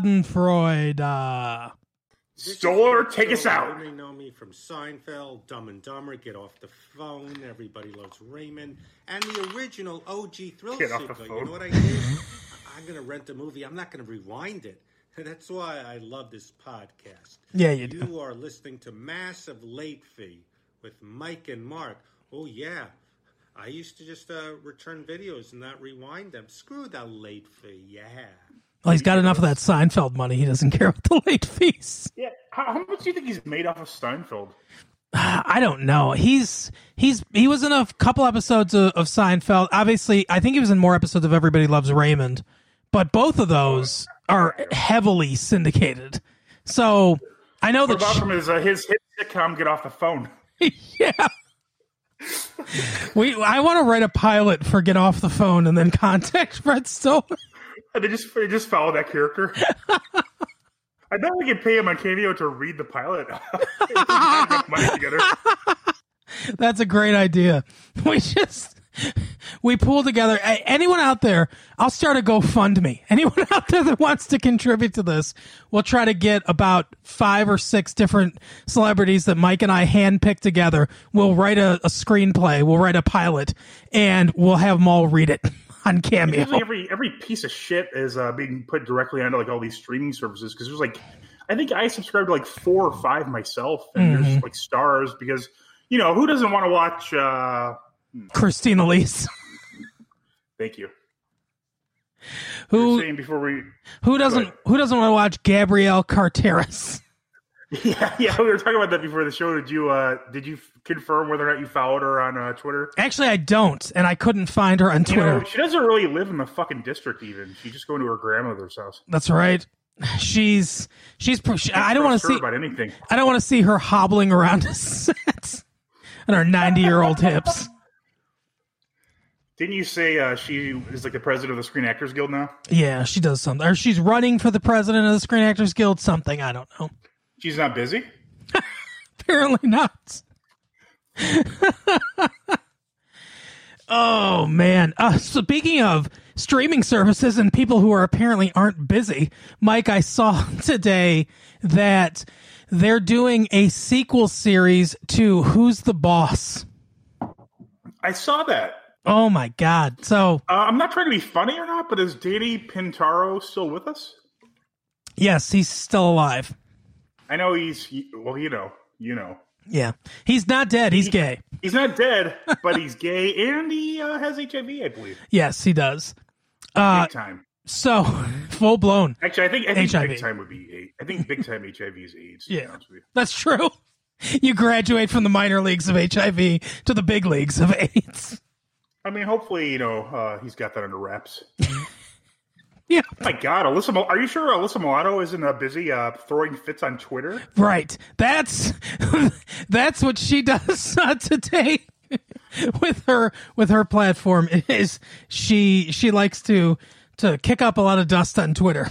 Schadenfreude. Uh, Stoller, take us out. You may know me from Seinfeld, Dumb and Dumber, Get Off the Phone, Everybody Loves Raymond, and the original OG Thrill Get off the Seeker. You phone. know what I did? I- I'm going to rent a movie. I'm not going to rewind it. That's why I love this podcast. Yeah, you do. You are listening to Massive Late Fee with Mike and Mark. Oh, yeah. I used to just uh, return videos and not rewind them. Screw the late fee. Yeah. well, he's got enough of that Seinfeld money. He doesn't care about the late fees. Yeah. How, how much do you think he's made off of Steinfeld? I don't know. He's he's he was in a couple episodes of, of Seinfeld. Obviously, I think he was in more episodes of Everybody Loves Raymond, but both of those are heavily syndicated. So I know What that about from his uh, his hit sitcom Get Off the Phone? yeah. we I want to write a pilot for Get Off the Phone and then contact Fred Stoller. And they just they just follow that character. I bet we could pay him on Cameo to read the pilot. Money together. That's a great idea. We just we pull together. A- Anyone out there? I'll start a GoFundMe. Anyone out there that wants to contribute to this, we'll try to get about five or six different celebrities that Mike and I handpicked together. We'll write a, a screenplay. We'll write a pilot, and we'll have them all read it on Cameo. Usually every every piece of shit is uh, being put directly onto like all these streaming services because there's like I think I subscribed to like four or five myself and there's like stars because you know who doesn't want to watch uh Christina Lees. thank you. Who Saying before we who doesn't who doesn't want to watch Gabrielle Carteris? yeah, yeah, we were talking about that before the show. Did you uh did you confirm whether or not you followed her on uh, Twitter? Actually, I don't, and I couldn't find her on You know, Twitter. she doesn't really live in the fucking district. Even she's just going to her grandmother's house. That's right. She's she's. pro- She, I don't want to Trust her see. about anything. I don't want to see her hobbling around a set and her ninety-year-old hips. Didn't you say uh, she is like the president of the Screen Actors Guild now? Yeah, she does something, or she's running for the president of the Screen Actors Guild. Something I don't know. She's not busy. Apparently not. oh man! Uh, speaking of streaming services and people who are apparently aren't busy, Mike, I saw today that they're doing a sequel series to Who's the Boss. I saw that. Oh my god! So Uh, I'm not trying to be funny or not, but is Danny Pintaro still with us? yes, he's still alive. I know he's well. You know, you know, Yeah, he's not dead. He's gay. he's not dead, but he's gay and he uh, has HIV, I believe. Yes, he does. Uh, big time. So full blown. Actually, I think I think HIV. big time would be. AIDS. I think big time HIV is AIDS. To be Yeah. honest with you. That's true. You graduate from the minor leagues of HIV to the big leagues of AIDS. I mean, hopefully, you know, uh, he's got that under wraps. Yeah, My God, Alyssa, Mil- are you sure Alyssa Mulatto isn't uh, busy uh, throwing fits on Twitter? right. That's that's what she does uh, today with her with her platform is she she likes to to kick up a lot of dust on Twitter.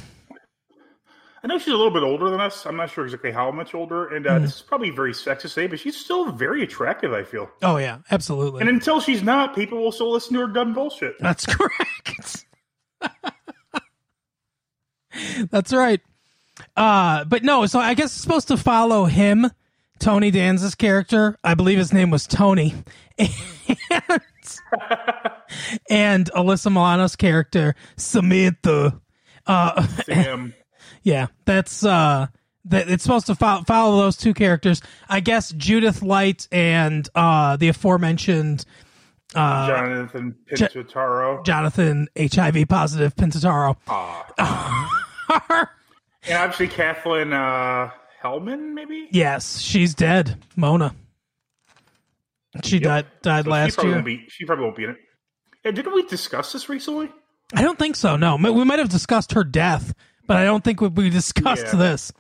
I know she's a little bit older than us. I'm not sure exactly how much older, and uh, Hmm. this is probably very sexist to say, but she's still very attractive. I feel, Oh yeah, absolutely. and until she's not, people will still listen to her dumb bullshit. That's correct. That's right. Uh, but no, so I guess it's supposed to follow him, Tony Danza's character. I believe his name was Tony. And, and Alyssa Milano's character, Samantha. Uh, Damn. yeah, that's uh that it's supposed to fo- follow those two characters. I guess Judith Light and uh the aforementioned Jonathan Pintataro. Jonathan HIV positive Pintataro. and obviously Kathleen uh, Hellman, maybe. Yes, she's dead, Mona. She died died So she last probably year. won't be. She probably won't be in it. Yeah, didn't we discuss this recently? I don't think so. No, M- we might have discussed her death, but I don't think we, we discussed Yeah. this.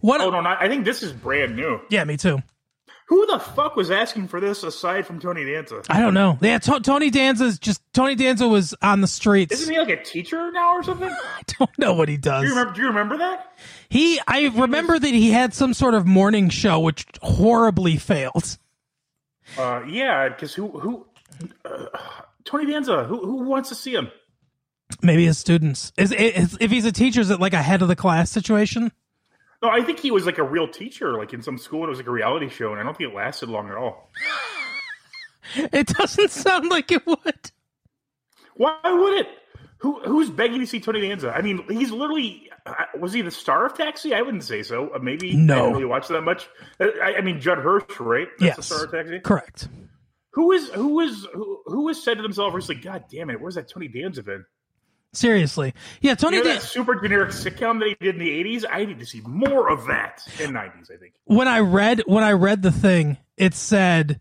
What? Oh no, not, I think this is brand new. Yeah, me too. Who the fuck was asking for this aside from Tony Danza? I don't know. Yeah, to- Tony Danza's just Tony Danza was on the streets. Isn't he like a teacher now or something? I don't know what he does. Do you remember? Do you remember that? he, I remember that he had some sort of morning show which horribly failed. Uh, yeah, because who who uh, Tony Danza? Who who wants to see him? Maybe his students. Is, is if he's a teacher, is it like a head of the class situation? No, I think he was like a real teacher, like in some school. and It was like a reality show, and I don't think it lasted long at all. It doesn't sound like it would. Why would it? Who who's begging to see Tony Danza? I mean, he's literally I- was he the star of Taxi? I wouldn't say so. Uh, Maybe I No. didn't really watch that much. Uh, I, I mean, Judd Hirsch, right? That's the Yes. star of Taxi. Correct. Who is who is who, who has said to themselves recently, "God damn it, where's that Tony Danza been?" Seriously. Yeah, Tony You know Dan- that super generic sitcom that he did in the '80s. I need to see more of that in '90s. I think. when I read when I read the thing, it said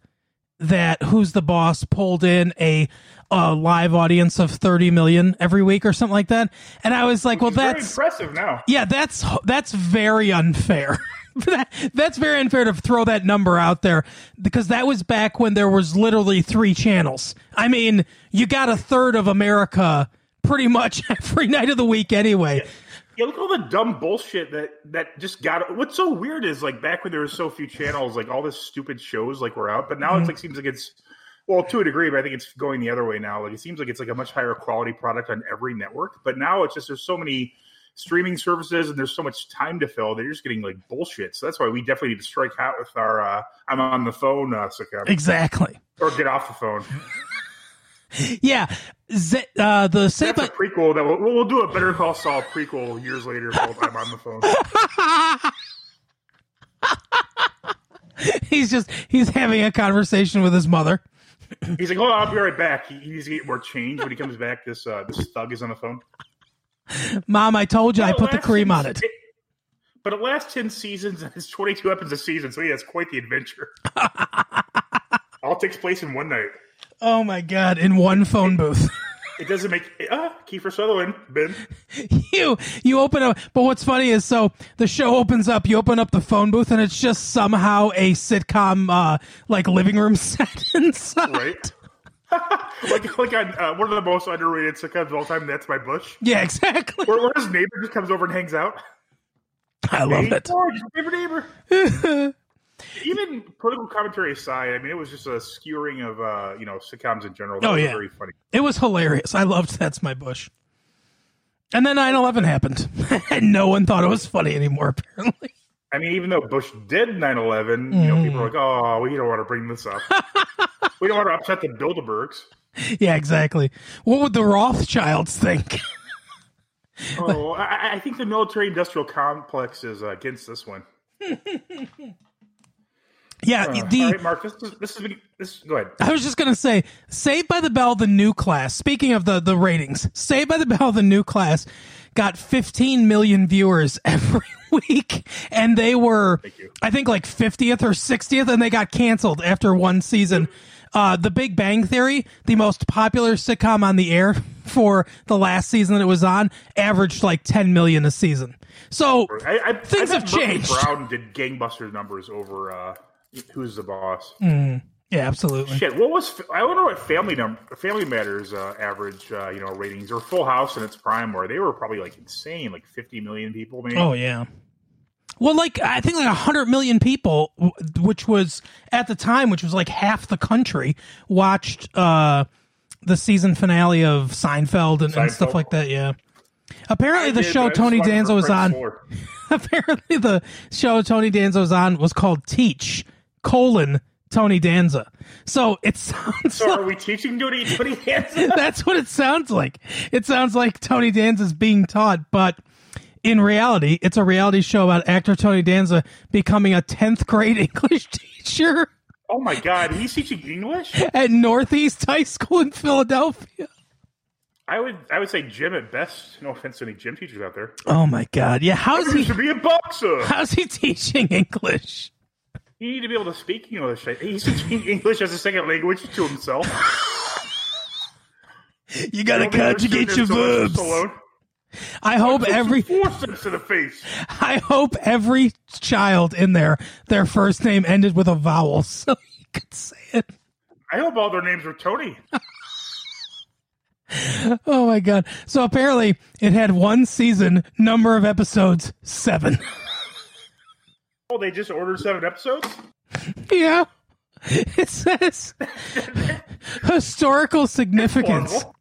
that Who's the Boss pulled in a, a live audience of 30 million every week or something like that. And I was like, well, It's very that's impressive now. yeah, that's that's very unfair. That- that's very unfair to throw that number out there because that was back when there was literally three channels. I mean, you got a third of America pretty much every night of the week anyway. Yeah, look at all the dumb bullshit that that just got. What's so weird is like back when there were so few channels, like all this stupid shows like were out, but now it's like seems like it's well to a degree, but I think it's going the other way now. Like it seems like it's like a much higher quality product on every network, but now it's just there's so many streaming services and there's so much time to fill. They're just getting like bullshit. So that's why we definitely need to strike out with our uh, "I'm on the phone" uh, sitcom Exactly. or get off the phone. Yeah, Z- uh, the Saved That's by a prequel that we'll, we'll do a Better Call Saul prequel years later called "I'm on the phone." he's just he's having a conversation with his mother. He's like, "Hold on, I'll be right back." He, he needs to get more change when he comes back. This uh, this thug is on the phone. Mom, I told you I put the cream on it. But it lasts ten seasons and it's twenty two episodes a season, so yeah, it's quite the adventure. All takes place in one night. Oh my god! In one phone booth, It doesn't make uh Kiefer Sutherland, Ben. you you open up. But what's funny is so the show opens up. You open up the phone booth, and it's just somehow a sitcom uh, like living room set inside. Right. like like on, uh, one of the most underrated sitcoms of all time, that's my Bush. Yeah, exactly. Where, where his neighbor just comes over and hangs out. I love it. George, neighbor, neighbor. Even political commentary aside, I mean, it was just a skewering of uh, you know sitcoms in general. That Oh, was yeah. very funny. It was hilarious. I loved That's My Bush. And then 9 11 happened. and no one thought it was funny anymore, apparently. I mean, even though Bush did 9-11, you know, Mm. people are like, "Oh, we don't want to bring this up. we don't want to upset the Bilderbergs." yeah, exactly. What would the Rothschilds think? Oh, I, I think the military-industrial complex is uh, against this one. yeah, the. All right, Mark, this is this is this. Go ahead. I was just gonna say, Saved by the Bell, the new class. Speaking of the the ratings, Saved by the Bell, the new class, got 15 million viewers every week, and they were, you. I think, like 50th or 60th, and they got canceled after one season. Uh, the Big Bang Theory, the most popular sitcom on the air for the last season that it was on, averaged like 10 million a season. So I, I, Things I bet have Murphy changed. Brown did gangbuster numbers over uh, "Who's the Boss." yeah, absolutely. Shit, what was I wonder what Family num- Family Matters uh, average uh, you know ratings or Full House in its prime where they were probably like insane, like fifty million people. Maybe. Oh yeah. Well, like I think like hundred million people, w- which was at the time, which was like half the country, watched uh, the season finale of Seinfeld and, and Seinfeld. stuff like that. Yeah. Apparently, the Yeah, show but I just Tony wanted Danza her was friends on. more. Apparently, the show Tony Danza was on was called Teach colon Tony Danza. So it sounds So like are we teaching Tony Tony Danza? that's what it sounds like. It sounds like Tony Danza's being taught, but in reality, it's a reality show about actor Tony Danza becoming a 10th grade English teacher Oh my god, he's teaching English? at Northeast High School in Philadelphia. I would I would say gym at best. No offense to any gym teachers out there. Oh my god. Yeah, how's You he should be a boxer. how's he teaching English? You need to be able to speak English. He's teaching English as a second language to himself. You got to conjugate your verbs. Alone. I hope every forceps to the face. I hope every child in there their first name ended with a vowel so you could say it. I hope all their names are Tony. Oh my god! So apparently, it had one season, number of episodes seven. Oh, they just ordered seven episodes. yeah, it says historical significance. Horrible.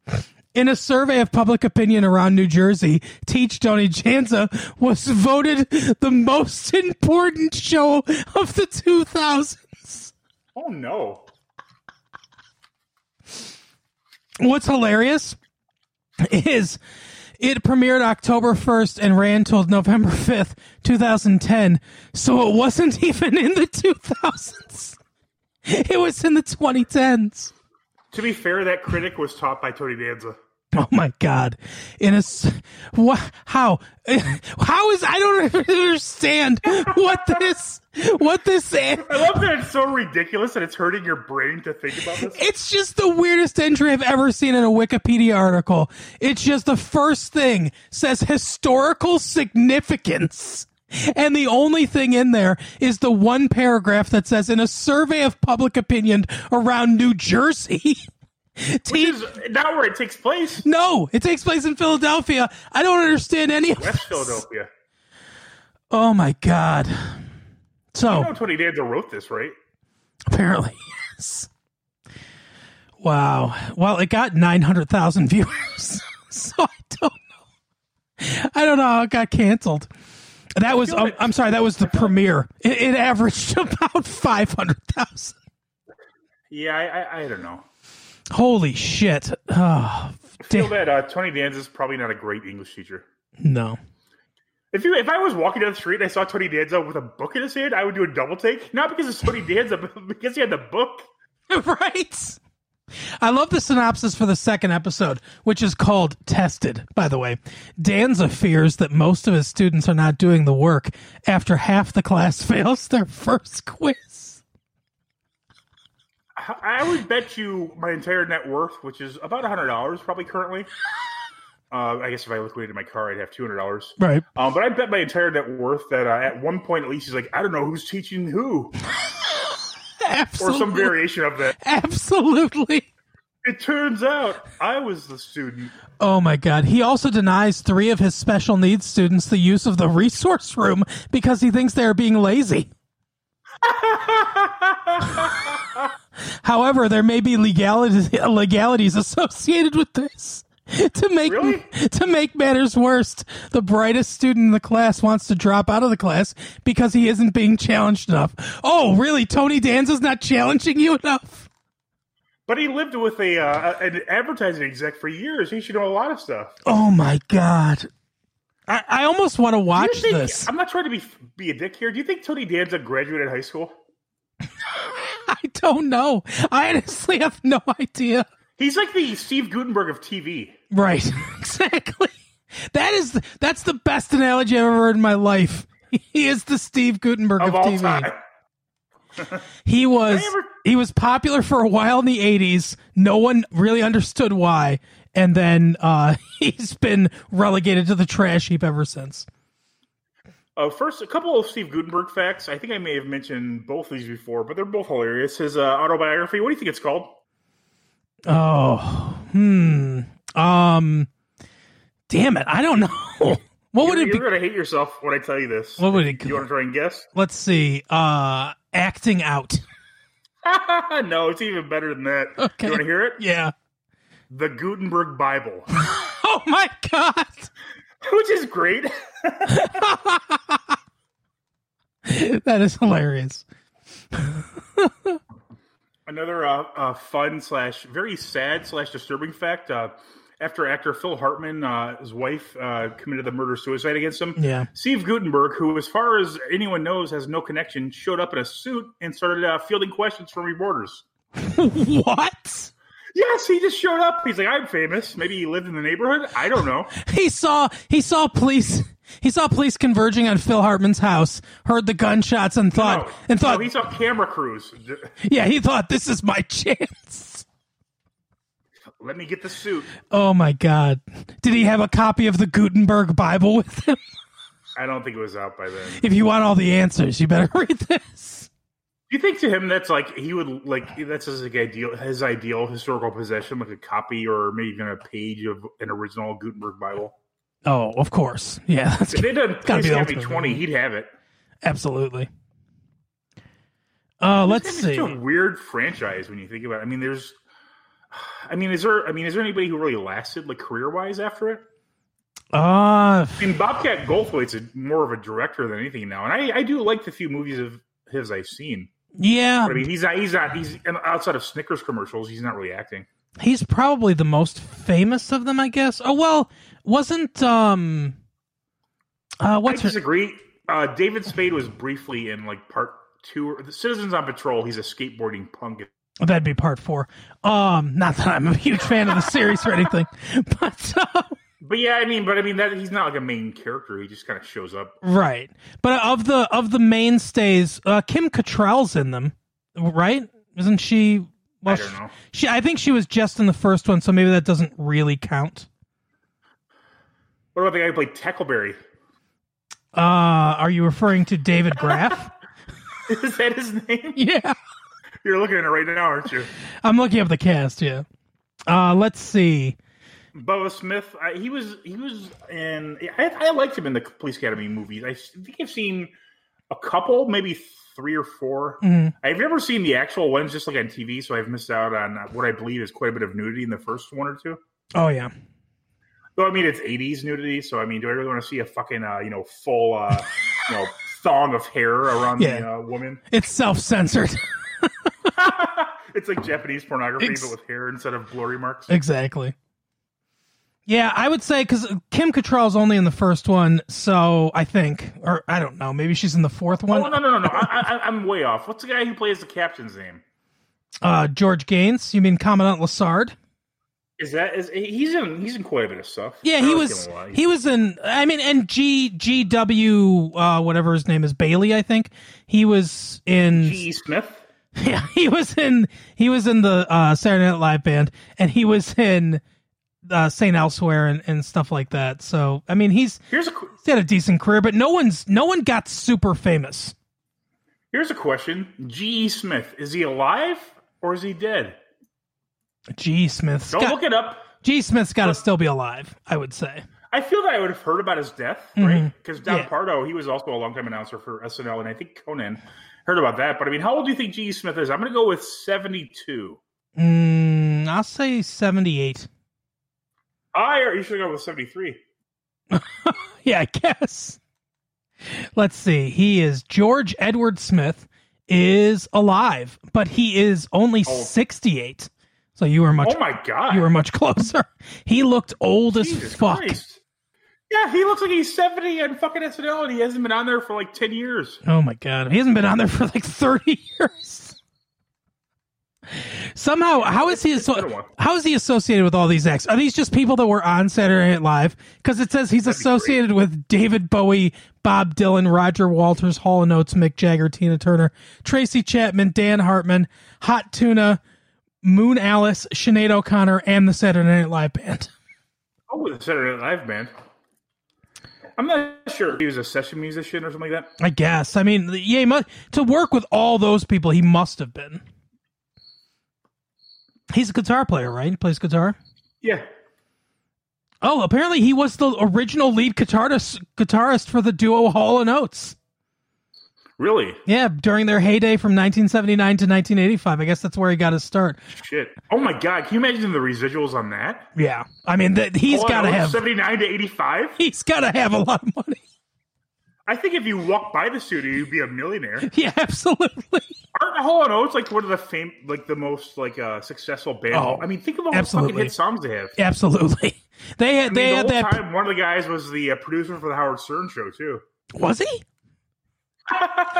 In a survey of public opinion around New Jersey, Teach Tony Janza was voted the most important show of the 2000s. Oh no. What's hilarious is it premiered October 1st and ran till November 5th, 2010. So it wasn't even in the 2000s. It was in the 2010s. To be fair, that critic was taught by Tony Danza. Oh my god! In a s- wha- how how is I don't even understand what this what this is. I love that it's so ridiculous that it's hurting your brain to think about this. It's just the weirdest entry I've ever seen in a Wikipedia article. It's just the first thing says historical significance. And the only thing in there is the one paragraph that says in a survey of public opinion around New Jersey. Teach- This is not where it takes place. no, it takes place in Philadelphia. I don't understand any of West Philadelphia. Oh my god. So You Oh. know Tony Danza wrote this, right? apparently yes. Wow. Well, it got 900,000 viewers. so I don't know. I don't know how it got canceled. That was um, I'm sorry, that was the premiere. It, it averaged about 500,000. Yeah, I, I, I don't know. Holy shit. Oh, I feel da- that uh, Tony Danza is probably not a great English teacher. no. If you, if I was walking down the street and I saw Tony Danza with a book in his hand, I would do a double take. Not because it's Tony Danza, but because he had the book. right? I love the synopsis for the second episode, which is called Tested, by the way. Danza fears that most of his students are not doing the work after half the class fails their first quiz. I- I would bet you my entire net worth, which is about hundred dollars, probably currently. Uh, I guess if I liquidated my car, I'd have two hundred dollars. Right. Um, but I bet my entire net worth that uh, at one point at least he's like, I don't know who's teaching who, or Absolutely. some variation of that. Absolutely. It turns out I was the student. Oh my God. He also denies three of his special needs students the use of the resource room because he thinks they are being lazy. However, there may be legalities, legalities associated with this. To make Really? to make matters worse, the brightest student in the class wants to drop out of the class because he isn't being challenged enough. Oh, really? Tony Danza's not challenging you enough? But he lived with a uh, an advertising exec for years. He should know a lot of stuff. Oh my god! I, I almost want to Do you watch think- this. I'm not trying to be be a dick here. Do you think Tony Danza graduated high school? I don't know. I honestly have no idea. He's like the Steve Gutenberg of TV. Right. Exactly. That is that's the best analogy I've ever heard in my life. He is the Steve Gutenberg of, of all TV. time. He was I ever- he was popular for a while in the 80s. No one really understood why, and then uh, he's been relegated to the trash heap ever since. Uh, first, a couple of Steve Gutenberg facts. I think I may have mentioned both these before, but they're both hilarious. His uh, autobiography. What do you think it's called? Oh, hmm. Um, damn it, I don't know. What would You're, it be? you're gonna hate yourself when I tell you this. What would it? You want to try and guess? Let's see. Uh, acting out. no, it's even better than that. Okay. You want to hear it? Yeah. The Gutenberg Bible, Oh my god. which is great. That is hilarious. Another uh, uh, fun slash very sad slash disturbing fact. Uh, after actor Phil Hartman, uh, his wife uh, committed the murder suicide against him. Yeah. Steve Gutenberg, who, as far as anyone knows, has no connection, showed up in a suit and started uh, fielding questions from reporters. What? Yes, he just showed up. He's like, I'm famous. Maybe he lived in the neighborhood. I don't know. He saw he saw police he saw police converging on Phil Hartman's house, heard the gunshots and thought No. and thought No, he's on camera crews. D- yeah, he thought this is my chance. Let me get the suit. Oh my god. Did he have a copy of the Gutenberg Bible with him? I don't think it was out by then. Do If you want all the answers, you better read this. you think to him that's like he would like that's his like ideal his ideal historical possession, like a copy or maybe even a page of an original Gutenberg Bible? Oh, of course. Yeah, that's If they did gotta please be have me ultimate, twenty, he'd have it. absolutely. Uh, let's It's see. such a weird franchise when you think about it. I mean, there's I mean, is there? I mean, is there anybody who really lasted like career wise after it? Uh, I mean, Bobcat Goldthwait's a, more of a director than anything now, and I, I do like the few movies of his I've seen. yeah. But I mean, he's not. He's not. He's and outside of Snickers commercials. He's not really acting. He's probably the most famous of them, I guess. Oh well, wasn't um uh what's I her disagree. Uh, David Spade was briefly in like part two. Or, the Citizens on Patrol. He's a skateboarding punk. that'd be part 4. Um not that I'm a huge fan of the series or anything. But uh, But yeah, I mean, but I mean that he's not like a main character. He just kind of shows up. right. But of the of the mainstays, uh Kim Cattrall's in them, right? Isn't she well, I don't she- know. She, I think she was just in the first one, so maybe that doesn't really count. What about the guy who played Tackleberry? Uh, are you referring to David Graff? Is that his name? yeah, You're looking at it right now, aren't you? I'm looking up the cast. Yeah, uh, let's see. Bubba Smith. I, he was he was in. I, I liked him in the Police Academy movies. I think I've seen a couple, maybe three or four. Mhm. I've never seen the actual ones, just like on TV. So I've missed out on uh, what I believe is quite a bit of nudity in the first one or two. Oh yeah, Though I mean, it's '80s nudity. So I mean, do I really want to see a fucking uh, you know full uh, you know thong of hair around Yeah. the uh, woman? it's self censored. it's like Japanese pornography, Ex- but with hair instead of blurry marks. exactly. Yeah, I would say because Kim Cattrall's only in the first one, so I think, or I don't know, maybe she's in the fourth one. Oh no no no no! I, I, I'm way off. What's the guy who plays the captain's name? Uh, George Gaines, you mean Commandant Lassard? Is that is he's in he's in quite a bit of stuff. Yeah, I he like was him a lot. he was in I mean and G G W uh whatever his name is Bailey I think. He was in G.E. E Smith. yeah, he was in he was in the uh Saturday Night Live band and he was in uh St. Elsewhere and, and stuff like that. So I mean he's Here's a qu- he's had a decent career, but no one's no one got super famous. here's a question. G.E. Smith is he alive or is he dead? G Smith's Don't got, look it up. G Smith's gotta still be alive, I would say. I feel that I would have heard about his death, Mm-hmm. right? Because Don Pardo, he was also a longtime announcer for SNL, and I think Conan heard about that. But I mean, how old do you think G.E. Smith is? I'm going to go with 72. Mm, I'll say seventy eight. I or you should go with 73. yeah, I guess. Let's see. He is George Edward Smith is alive, but he is only Oh. 68. So you were much Oh my god! you were much closer. He looked old Jesus as fuck. Christ. Yeah, he looks like he's 70 and fucking SNL, and he hasn't been on there for like 10 years. Oh my god. He hasn't been on there for like 30 years. Somehow, how is he been a asso- while. how is he associated with all these acts? Are these just people that were on Saturday Night Live? Because it says he's That'd be great. associated with David Bowie, Bob Dylan, Roger Walters, Hall and Oates, Mick Jagger, Tina Turner, Tracy Chapman, Dan Hartman, Hot Tuna, Moon Alice, Sinead O'Connor, and the Saturday Night Live band. Oh, with the Saturday Night Live band. I'm not sure if he was a session musician or something like that. I guess. I mean, yeah, he mu to work with all those people, he must have been. He's a guitar player, right? He plays guitar. Yeah. Oh, apparently he was the original lead guitarist guitarist for the duo Hall and Oates. Really? Yeah, during their heyday from 1979 to 1985. I guess that's where he got his start. Shit. Oh my god, can you imagine the residuals on that? Yeah, I mean, that he's Oh, got to no, have 79 to 85? he's got to have a lot of money. I think if you walk by the studio, you'd be a millionaire. Yeah, absolutely. Aren't Hall and Oates like one of the fame like the most like uh successful bands? Oh, I mean, think of all the absolutely. fucking hit songs they have. Absolutely. They had I mean, they had the whole that time one of the guys was the uh, producer for the Howard Stern show too. was he?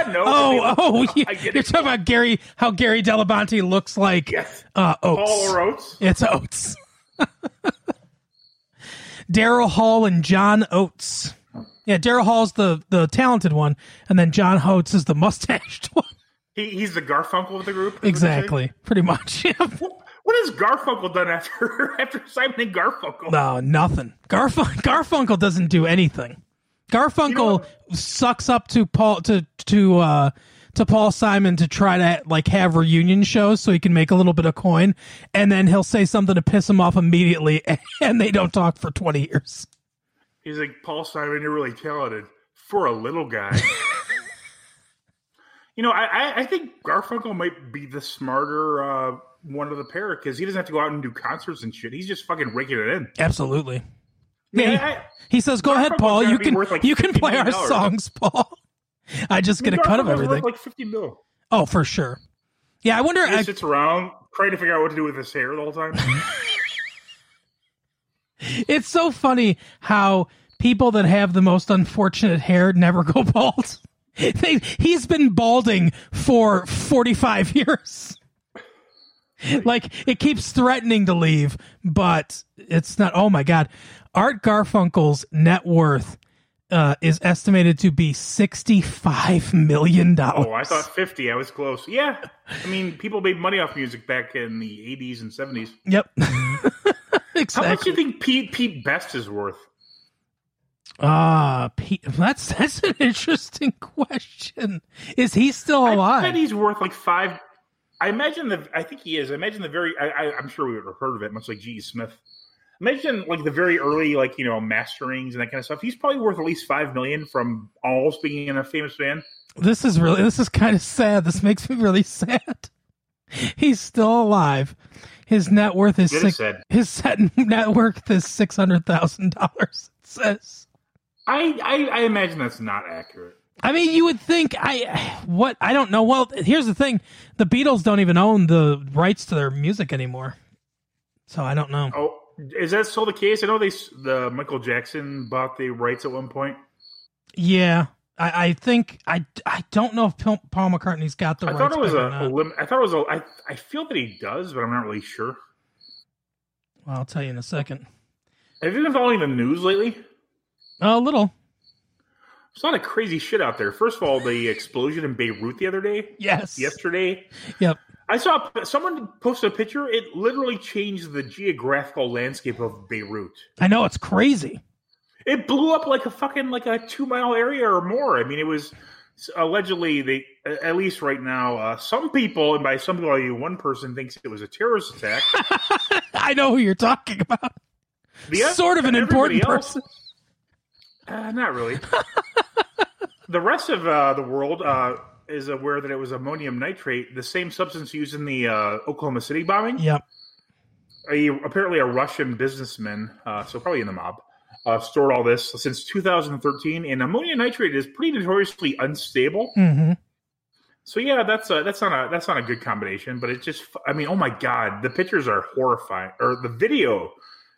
no. Oh, oh, yeah. I get you're it. talking about Gary, how Gary Delabonte looks like Yes. uh, Oates. Paul or Oates. It's Oates. Daryl Hall and John Oates. Yeah, Daryl Hall's the the talented one, and then John Oates is the mustached one. He, he's the Garfunkel of the group. is what they say. exactly, pretty much. Yeah. What has Garfunkel done after after Simon and Garfunkel? No, nothing. Garfun- Garfunkel doesn't do anything. Garfunkel sucks up to Paul to to uh to Paul Simon to try to like have reunion shows so he can make a little bit of coin, and then he'll say something to piss him off immediately, and they don't talk for twenty years. He's like Paul Simon. You're really talented for a little guy. you know, I, I I think Garfunkel might be the smarter uh, one of the pair because he doesn't have to go out and do concerts and shit. He's just fucking raking it in. Absolutely. Yeah, Yeah, I- He says, "Go ahead, Garfunkel's Paul. gotta You be can worth, like, you can $50 play our million. songs, Paul." I just get a cut of Garfunkel's worth everything. Like fifty mil. Oh, for sure. Yeah, I wonder. He I- sits around trying to figure out what to do with his hair the whole time. it's so funny how people that have the most unfortunate hair never go bald. They, he's been balding for 45 years. Like it keeps threatening to leave, but it's not. Oh my God. Art Garfunkel's net worth uh, is estimated to be $65 million. Oh, I thought 50. I was close. Yeah. I mean, people made money off music back in the 80s and 70s. Yep. Mm-hmm. How much do exactly. you think Pete, Pete Best is worth? Ah, Pete, that's that's an interesting question. Is he still I bet alive? he's worth like five. I imagine the. I think he is. I imagine the very. I, I, I'm sure we would have heard of it, much like G.E. Smith. Imagine like the very early, like you know, masterings and that kind of stuff. He's probably worth at least five million from all speaking in a famous band. This is really this is kind of sad. This makes me really sad. He's still alive. His net worth is It is six. sad. His set net worth is six hundred thousand dollars. It says. I, I I imagine that's not accurate. I mean, you would think I what I don't know. Well, here's the thing: the Beatles don't even own the rights to their music anymore, so I don't know. Oh, is that still the case? I know they s- the Michael Jackson bought the rights at one point. Yeah, I, I think I, I don't know if Paul, Paul McCartney's got the I rights. thought it was back a, or a not. lim- I thought it was a. I I feel that he does, but I'm not really sure. Well, I'll tell you in a second. Have you been following the news lately? A little. It's a lot of crazy shit out there. First of all, the explosion in Beirut the other day, Yes. yesterday. Yep. I saw someone posted a picture. It literally changed the geographical landscape of Beirut. I know it's crazy. It blew up like a fucking like a two mile area or more. I mean, it was allegedly they at least right now uh, some people and by some people I mean one person thinks it was a terrorist attack. I know who you're talking about. The oth- sort of an everybody important else- person. Uh, not really. the rest of uh, the world uh, is aware that it was ammonium nitrate, the same substance used in the uh, Oklahoma City bombing. Yep. A, apparently, a Russian businessman, uh, so probably in the mob, uh, stored all this since 2013. And ammonium nitrate is pretty notoriously unstable. hmm So yeah, that's a, that's not a that's not a good combination. But it just, I mean, oh my god, the pictures are horrifying, or the video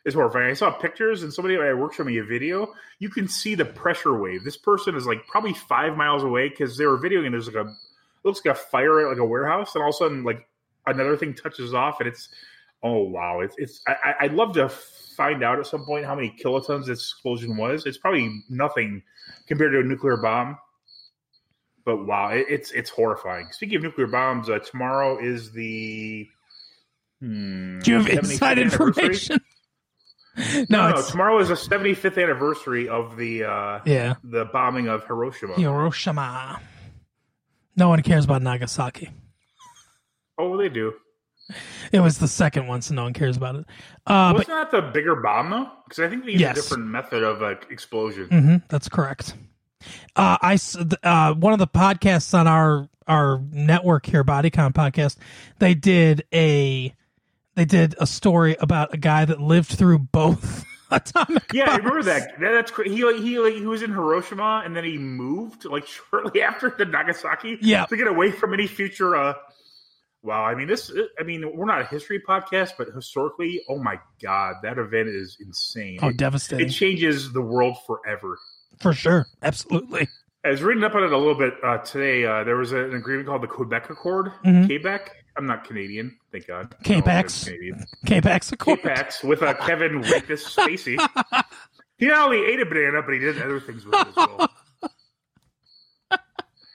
is horrifying. I saw pictures, and somebody at my work showed me a video. You can see the pressure wave. This person is like probably five miles away because they were videoing. And there's like a it looks like a fire at like a warehouse, and all of a sudden, like another thing touches off, and it's oh wow, it's it's. I, I- I'd love to find out at some point how many kilotons this explosion was. It's probably nothing compared to a nuclear bomb. But wow, it, it's it's horrifying. Speaking of nuclear bombs, uh, tomorrow is the. Hmm, Do you have 75th inside anniversary? information? no, No, it's tomorrow is the 75th anniversary of the uh, yeah. the bombing of Hiroshima. Hiroshima. No one cares about Nagasaki. Oh, they do. It was the second one, so no one cares about it. Uh, but Wasn't that the bigger bomb though? Because I think they use Yes. a different method of like explosion. hmm that's correct. Uh, I s- th- uh, one of the podcasts on our our network here, Bodycon podcast, they did a they did a story about a guy that lived through both atomic. Yeah, bombs. I remember that. that that's cra- he like, he like, he was in Hiroshima and then he moved like shortly after to Nagasaki. Yeah. to get away from any future. uh Wow, I mean this. uh, I mean, we're not a history podcast, but historically, oh my god, that event is insane. Oh, it, it devastating changes the world forever. for sure, absolutely. I was reading up on it a little bit uh, today. Uh, there was an agreement called the Quebec Accord. Mhm. Quebec. I'm not Canadian, thank God. K-Pax. No, I'm Canadian. K-Pax Accord. K-Pax with uh, Kevin Rapus Spacey. He not only ate a banana, but he did other things with it as well.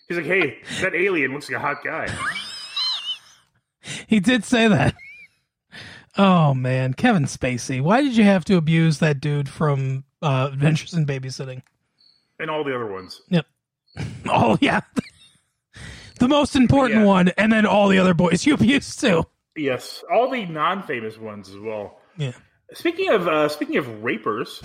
He's like, hey, that alien looks like a hot guy. He did say that. Oh man, Kevin Spacey, why did you have to abuse that dude from uh, Adventures in Babysitting? And all the other ones. Oh yeah, the most important Yeah. one, and then all the other boys you abused too. Yes, all the non famous ones as well. Yeah. Speaking of uh, speaking of rapers,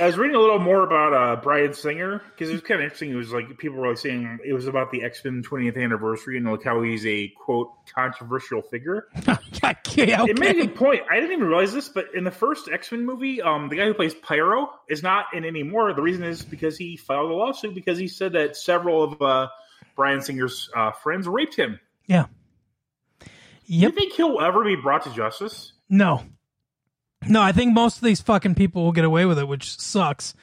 I was reading a little more about uh, Brian Singer because it was kind of interesting. It was like people were like saying it was about the X Men 20th anniversary and like how he's a quote controversial figure. I can't- It made a good point. I didn't even realize this, but in the first X Men movie, um, the guy who plays Pyro is not in anymore. The reason is because he filed a lawsuit because he said that several of uh, Brian Singer's uh, friends raped him. yeah. Do Yep. you think he'll ever be brought to justice? No. No, I think most of these fucking people will get away with it, which sucks.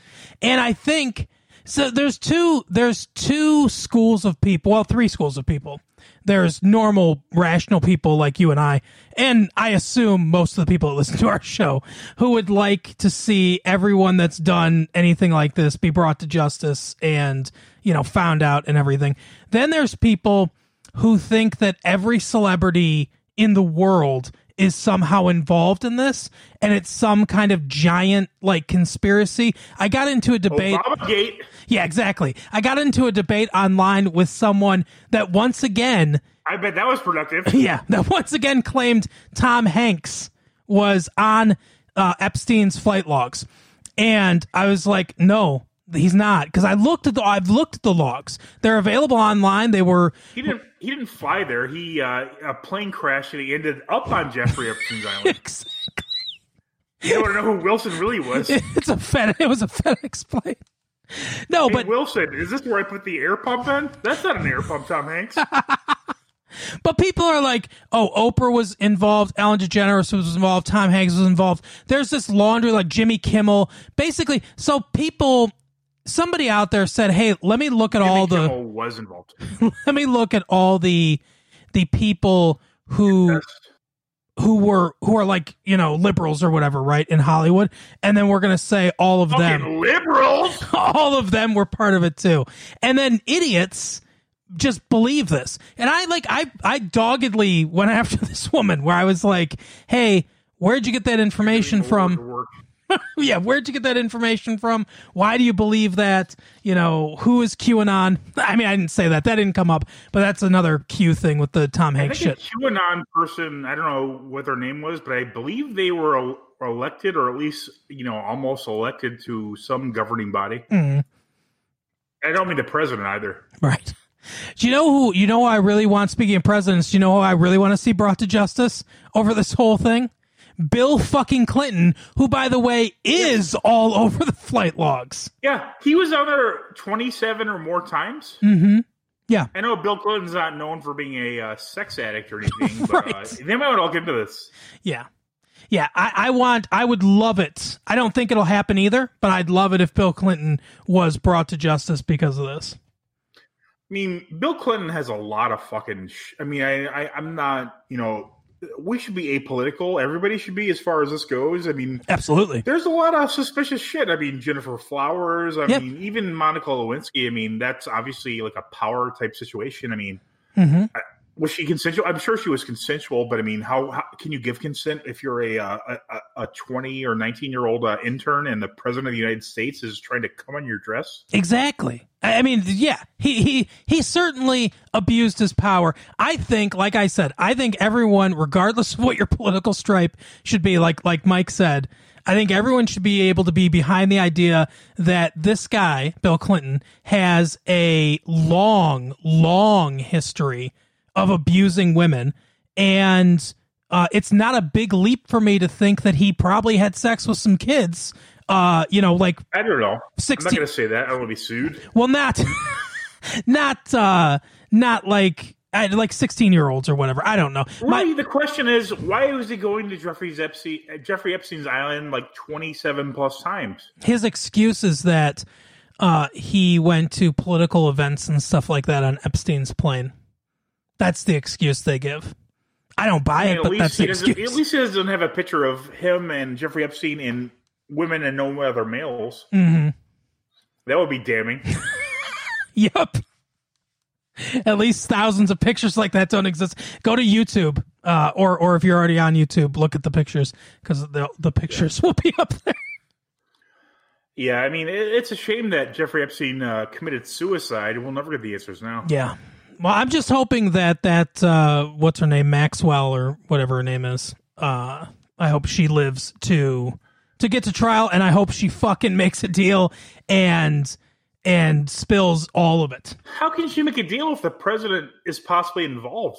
And I think so there's two there's two schools of people, well, three schools of people. There's normal rational people like you and I, and I assume most of the people that listen to our show who would like to see everyone that's done anything like this be brought to justice and, you know, found out and everything. Then there's people who think that every celebrity in the world is somehow involved in this and it's some kind of giant like conspiracy. I got into a debate. Obama Gate. Yeah, exactly. I got into a debate online with someone that once again, I bet that was productive. yeah, that once again claimed Tom Hanks was on uh, Epstein's flight logs. And I was like, no, he's not. Because I looked at the, I've looked at the logs. They're available online. They were He didn't. He didn't fly there. He uh, a plane crashed and he ended up on Jeffrey Epstein's island. You don't know who Wilson really was. it's a Fed, it was a FedEx plane. No, But but Wilson, is this where I put the air pump in? That's not an air pump, Tom Hanks. But people are like, oh, Oprah was involved, Ellen DeGeneres was involved, Tom Hanks was involved. There's this laundry like Jimmy Kimmel. Basically, so people, somebody out there said, hey, let me look at all the, Kimmel was involved. let me look at all the, the people who who were who are like you know liberals or whatever right in Hollywood, and then we're gonna say all of them Fucking liberals. all of them were part of it too. And then idiots just believe this. And I like I I doggedly went after this woman where I was like, "Hey, where'd you get that information from? Work. yeah, where'd you get that information from? Why do you believe that? You know, who is QAnon?" I mean, I didn't say that. That didn't come up, but that's another Q thing with the Tom I Hanks think shit. a QAnon person. I don't know what their name was, but I believe they were el- elected, or at least you know, almost elected to some governing body. Mm-hmm. I don't mean the president either. Right. Do you know who you know who I really want speaking of presidents, do you know who I really want to see brought to justice over this whole thing? Bill fucking Clinton, who by the way is all over the flight logs. Yeah, he was on there 27 or more times. Mm-hmm. Yeah. I know Bill Clinton's not known for being a uh, sex addict or anything, but uh, Right. they might all get into this. Yeah. Yeah, I, I want I would love it. I don't think it'll happen either, but I'd love it if Bill Clinton was brought to justice because of this. I mean, Bill Clinton has a lot of fucking. Sh- I mean, I, I, I'm not, you know, we should be apolitical. Everybody should be as far as this goes. I mean, Absolutely. there's a lot of suspicious shit. I mean, Jennifer Flowers. I Yep. mean, even Monica Lewinsky. I mean, that's obviously like a power type situation. I mean, I- was she consensual? I'm sure she was consensual, but I mean, how, how can you give consent if you're a uh, a, a, a 20 or 19 year old uh, intern and the president of the United States is trying to come on your dress? Exactly. I I mean, yeah, he, he he certainly abused his power. I think, like I said, I think everyone, regardless of what your political stripe should be, like like Mike said, I think everyone should be able to be behind the idea that this guy, Bill Clinton, has a long, long history of abusing women, and uh, it's not a big leap for me to think that he probably had sex with some kids. Uh, you know, like I don't know. I'm 16 not going to say that. I want to be sued. well, not, not, uh, not like I- like sixteen year olds or whatever. I don't know. My- Really, the question is, why was he going to Jeffrey's Epstein, uh, Jeffrey Epstein's island like 27 plus times? his excuse is that uh, he went to political events and stuff like that on Epstein's plane. That's the excuse they give. I don't buy I mean, it, at but that's least he the doesn't. excuse. At least he doesn't have a picture of him and Jeffrey Epstein and women and no other males. That would be damning. Yep. At least thousands of pictures like that don't exist. Go to YouTube, uh, or or if you're already on YouTube, look at the pictures because the the pictures will be up there. yeah, I mean, it, it's a shame that Jeffrey Epstein uh, committed suicide. We'll never get the answers now. Yeah. Well, I'm just hoping that that uh, what's her name, Maxwell or whatever her name is. Uh, I hope she lives to to get to trial, and I hope she fucking makes a deal and and spills all of it. How can she make a deal if the president is possibly involved?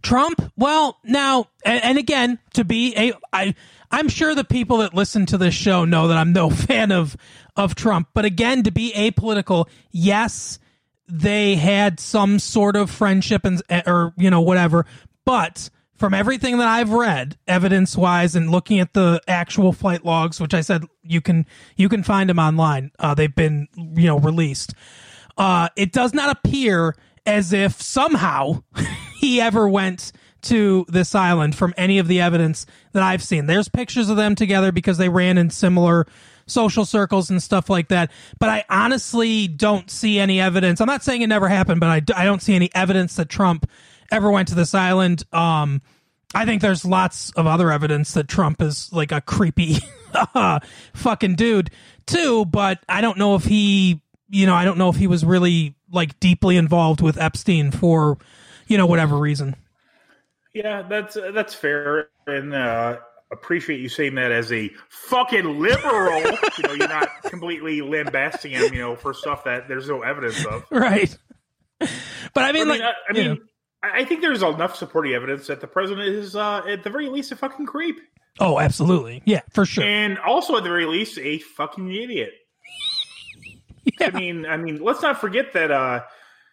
Trump. Well, now and, and again, to be a, I, I'm sure the people that listen to this show know that I'm no fan of of Trump. But again, to be apolitical, yes, they had some sort of friendship and eh, or you know whatever. But from everything that I've read, evidence wise, and looking at the actual flight logs, which I said you can you can find them online. Uh, they've been you know released. Uh, it does not appear as if somehow he ever went to this island from any of the evidence that I've seen. There's pictures of them together because they ran in similar social circles and stuff like that. But I honestly don't see any evidence. I'm not saying it never happened, but I, d- I don't see any evidence that Trump ever went to this island. Um, I think there's lots of other evidence that Trump is like a creepy fucking dude too, but I don't know if he, you know, I don't know if he was really like deeply involved with Epstein for, you know, whatever reason. Yeah, that's uh, that's fair, and uh, appreciate you saying that as a fucking liberal. you know, you're not completely lambasting him, you know, for stuff that there's no evidence of. Right. But I I mean, mean, like, I, I you mean, know. I I think there's enough supporting evidence that the president is, uh, at the very least, a fucking creep, oh, absolutely. Yeah, for sure. and also at the very least, a fucking idiot. Yeah. I mean, I mean, let's not forget that uh,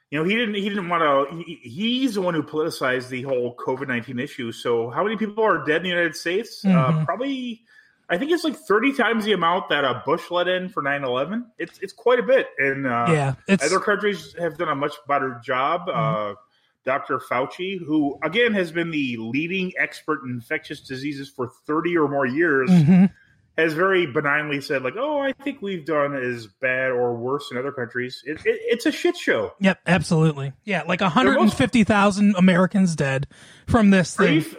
you know he didn't he didn't want to. He, he's the one who politicized the whole COVID nineteen issue. So how many people are dead in the United States? Uh, Mhm. probably, I think it's like thirty times the amount that uh, Bush let in for 9-11. It's it's quite a bit, and uh, yeah. It's, other countries have done a much better job. Uh, Dr. Fauci, who again has been the leading expert in infectious diseases for thirty or more years Mhm. has very benignly said like oh i think we've done as bad or worse in other countries it, it, it's a shit show Yep, absolutely. Yeah, like 150,000 Americans dead from this are thing. you, f-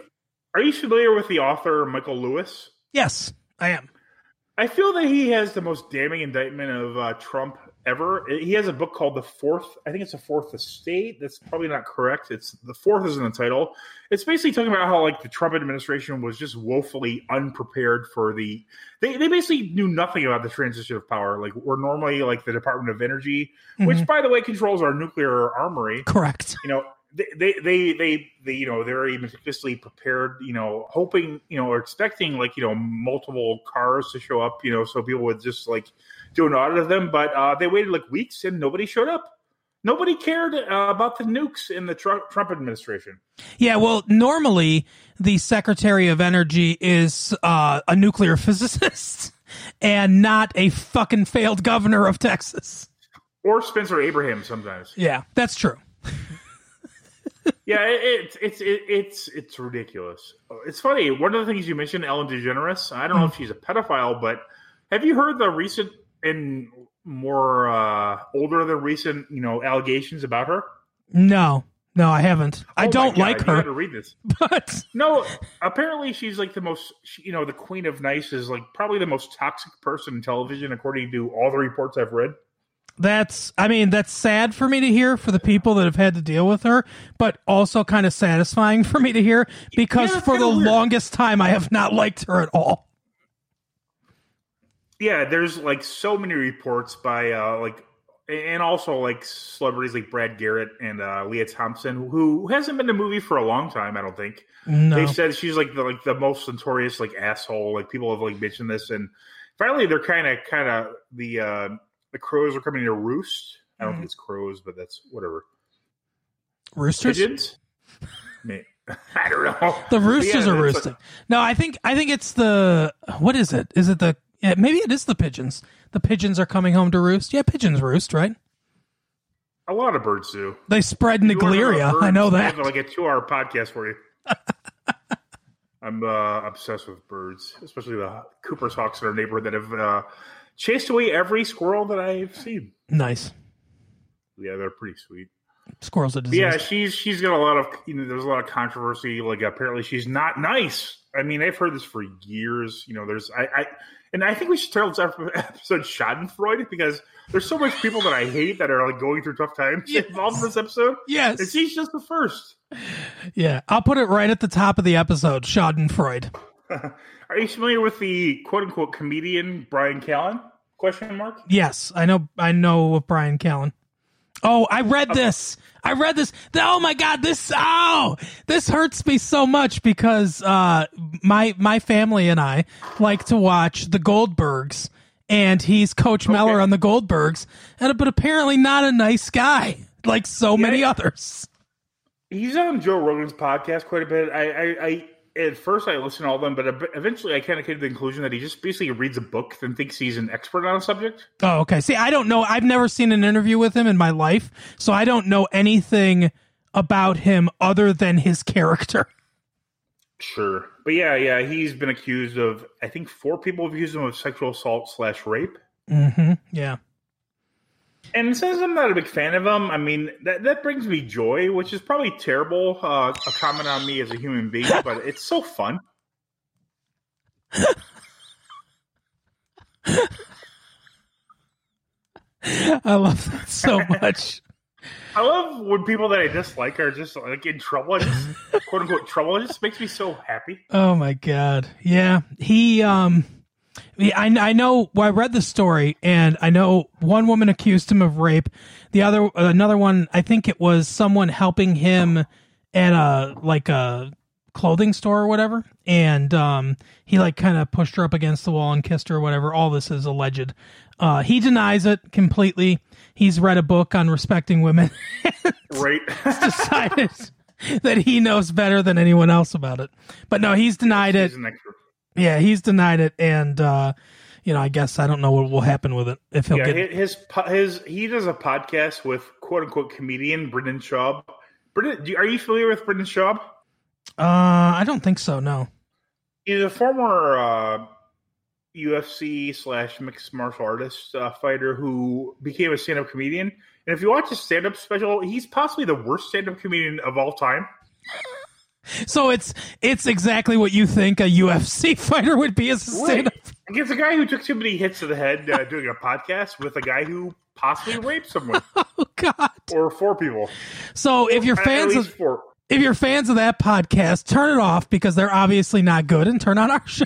are you familiar with the author michael lewis yes, I am. i feel that he has the most damning indictment of uh, trump ever he has a book called the fourth i think it's the fourth estate that's probably not correct it's the fourth is in the title it's basically talking about how like the trump administration was just woefully unprepared for the they, they basically knew nothing about the transition of power like we're normally like the department of energy Mhm. which by the way controls our nuclear armory Correct. you know they they they, they, they you know they're very meticulously prepared you know hoping you know or expecting like you know multiple cars to show up you know so people would just like do an audit of them but uh, they waited like weeks and nobody showed up nobody cared uh, about the nukes in the trump, trump administration Yeah, well, normally the Secretary of Energy is uh, a nuclear physicist and not a fucking failed governor of Texas. or spencer abraham sometimes Yeah, that's true. yeah it, it's it's it's it's ridiculous it's funny one of the things you mentioned ellen degeneres i don't know Hmm. if she's a pedophile but have you heard the recent and more uh older than recent you know allegations about her No, no, I haven't. I Oh my don't God, like you her, gotta read this but no apparently she's like the most she- you know the queen of nice is like probably the most toxic person in television according to all the reports i've read that's, I mean, that's sad for me to hear for the people that have had to deal with her, but also kind of satisfying for me to hear because Yeah, it's for the kinda weird. longest time I have not liked her at all. yeah there's like so many reports by uh like and also like celebrities like brad garrett and uh leah thompson who hasn't been in a movie for a long time i don't think No. they said she's like the like the most notorious like asshole like people have like mentioned this and finally they're kind of kind of the uh the crows are coming to roost i Mm-hmm. don't think it's crows but that's whatever Roosters? pigeons Me- i don't know The roosters Yeah, are it's, like, roosting. no, I think I think it's the what is it? Is it the yeah, maybe it is the pigeons. The pigeons are coming home to roost. Yeah, pigeons roost, right? a lot of birds do They spread You wanna know Nigleria. birds? I know We that. have, Like a two-hour podcast for you. I'm uh, obsessed with birds, especially the Cooper's hawks in our neighborhood that have uh, chased away every squirrel that I've seen. Nice. Yeah, they're pretty sweet. Squirrels are disease. Yeah, she's she's got a lot of you know. There's a lot of controversy. Like apparently she's not nice. I mean, I've heard this for years. You know, there's I, I and I think we should title this episode Schadenfreude because there's so much people that I hate that are like going through tough times Yes. involved in this episode. And Yes. she's just the first. Yeah. I'll put it right at the top of the episode, Schadenfreude. Are you familiar with the quote unquote comedian Brian Callen? Question mark. Yes, I know. I know of Brian Callen. Oh, I read this. I read this. The- Oh my god, this oh, this hurts me so much because uh my my family and I like to watch The Goldbergs and he's Coach Meller on The Goldbergs and but apparently not a nice guy like so many Yeah. others. He's on Joe Rogan's podcast quite a bit. I, I, I at first I listened to all of them, but ev- eventually I kind of came to the conclusion that he just basically reads a book and thinks he's an expert on a subject. Oh, okay. See, I don't know. I've never seen an interview with him in my life, so I don't know anything about him other than his character. Sure, but yeah, yeah, he's been accused of. I think four people have accused him of sexual assault slash rape. Mhm. Yeah. And since I'm not a big fan of him, I mean that that brings me joy, which is probably terrible uh, a comment on me as a human being, but it's so fun. I love that so much. I love when people that I dislike are just like in trouble. It just, quote unquote trouble. It just makes me so happy. Oh my god. Yeah. He um yeah, I I know well, I read the story and I know one woman accused him of rape. The other another one I think it was someone helping him at a like a clothing store or whatever and um he like kind of pushed her up against the wall and kissed her or whatever. All this is alleged. Uh he denies it completely. He's read a book on respecting women. Right. decided that he knows better than anyone else about it. But no, he's denied it. He's an expert. Yeah, he's denied it, and uh, you know, I guess I don't know what will happen with it if he'll Yeah, get. his, his po- his he does a podcast with quote unquote comedian Brendan Schaub. Brendan, do, are you familiar with Brendan Schaub? Uh, I don't think so. No. He's a former uh, UFC slash mixed martial artist uh, fighter who became a stand up comedian. And if you watch his stand up special, he's possibly the worst stand up comedian of all time. So it's it's exactly what you think a UFC fighter would be as a Wait, stand-up. it's a guy who took too many hits to the head uh, doing a podcast with a guy who possibly raped someone Oh God! or four people. So if you're At- fans at of least four. if you're fans of that podcast, turn it off because they're obviously not good, and turn on our show.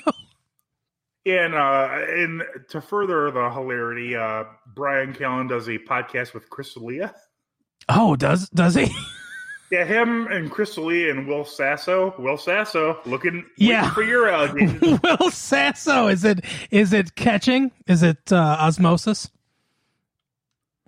And uh, and to further the hilarity, uh, Brian Callen does a podcast with Chris D'Elia. Oh, does does he? Yeah, him and Chris D'Elia and Will Sasso. Will Sasso looking Yeah. waiting for your uh, allegations. Will Sasso. Is it is it catching? Is it uh, osmosis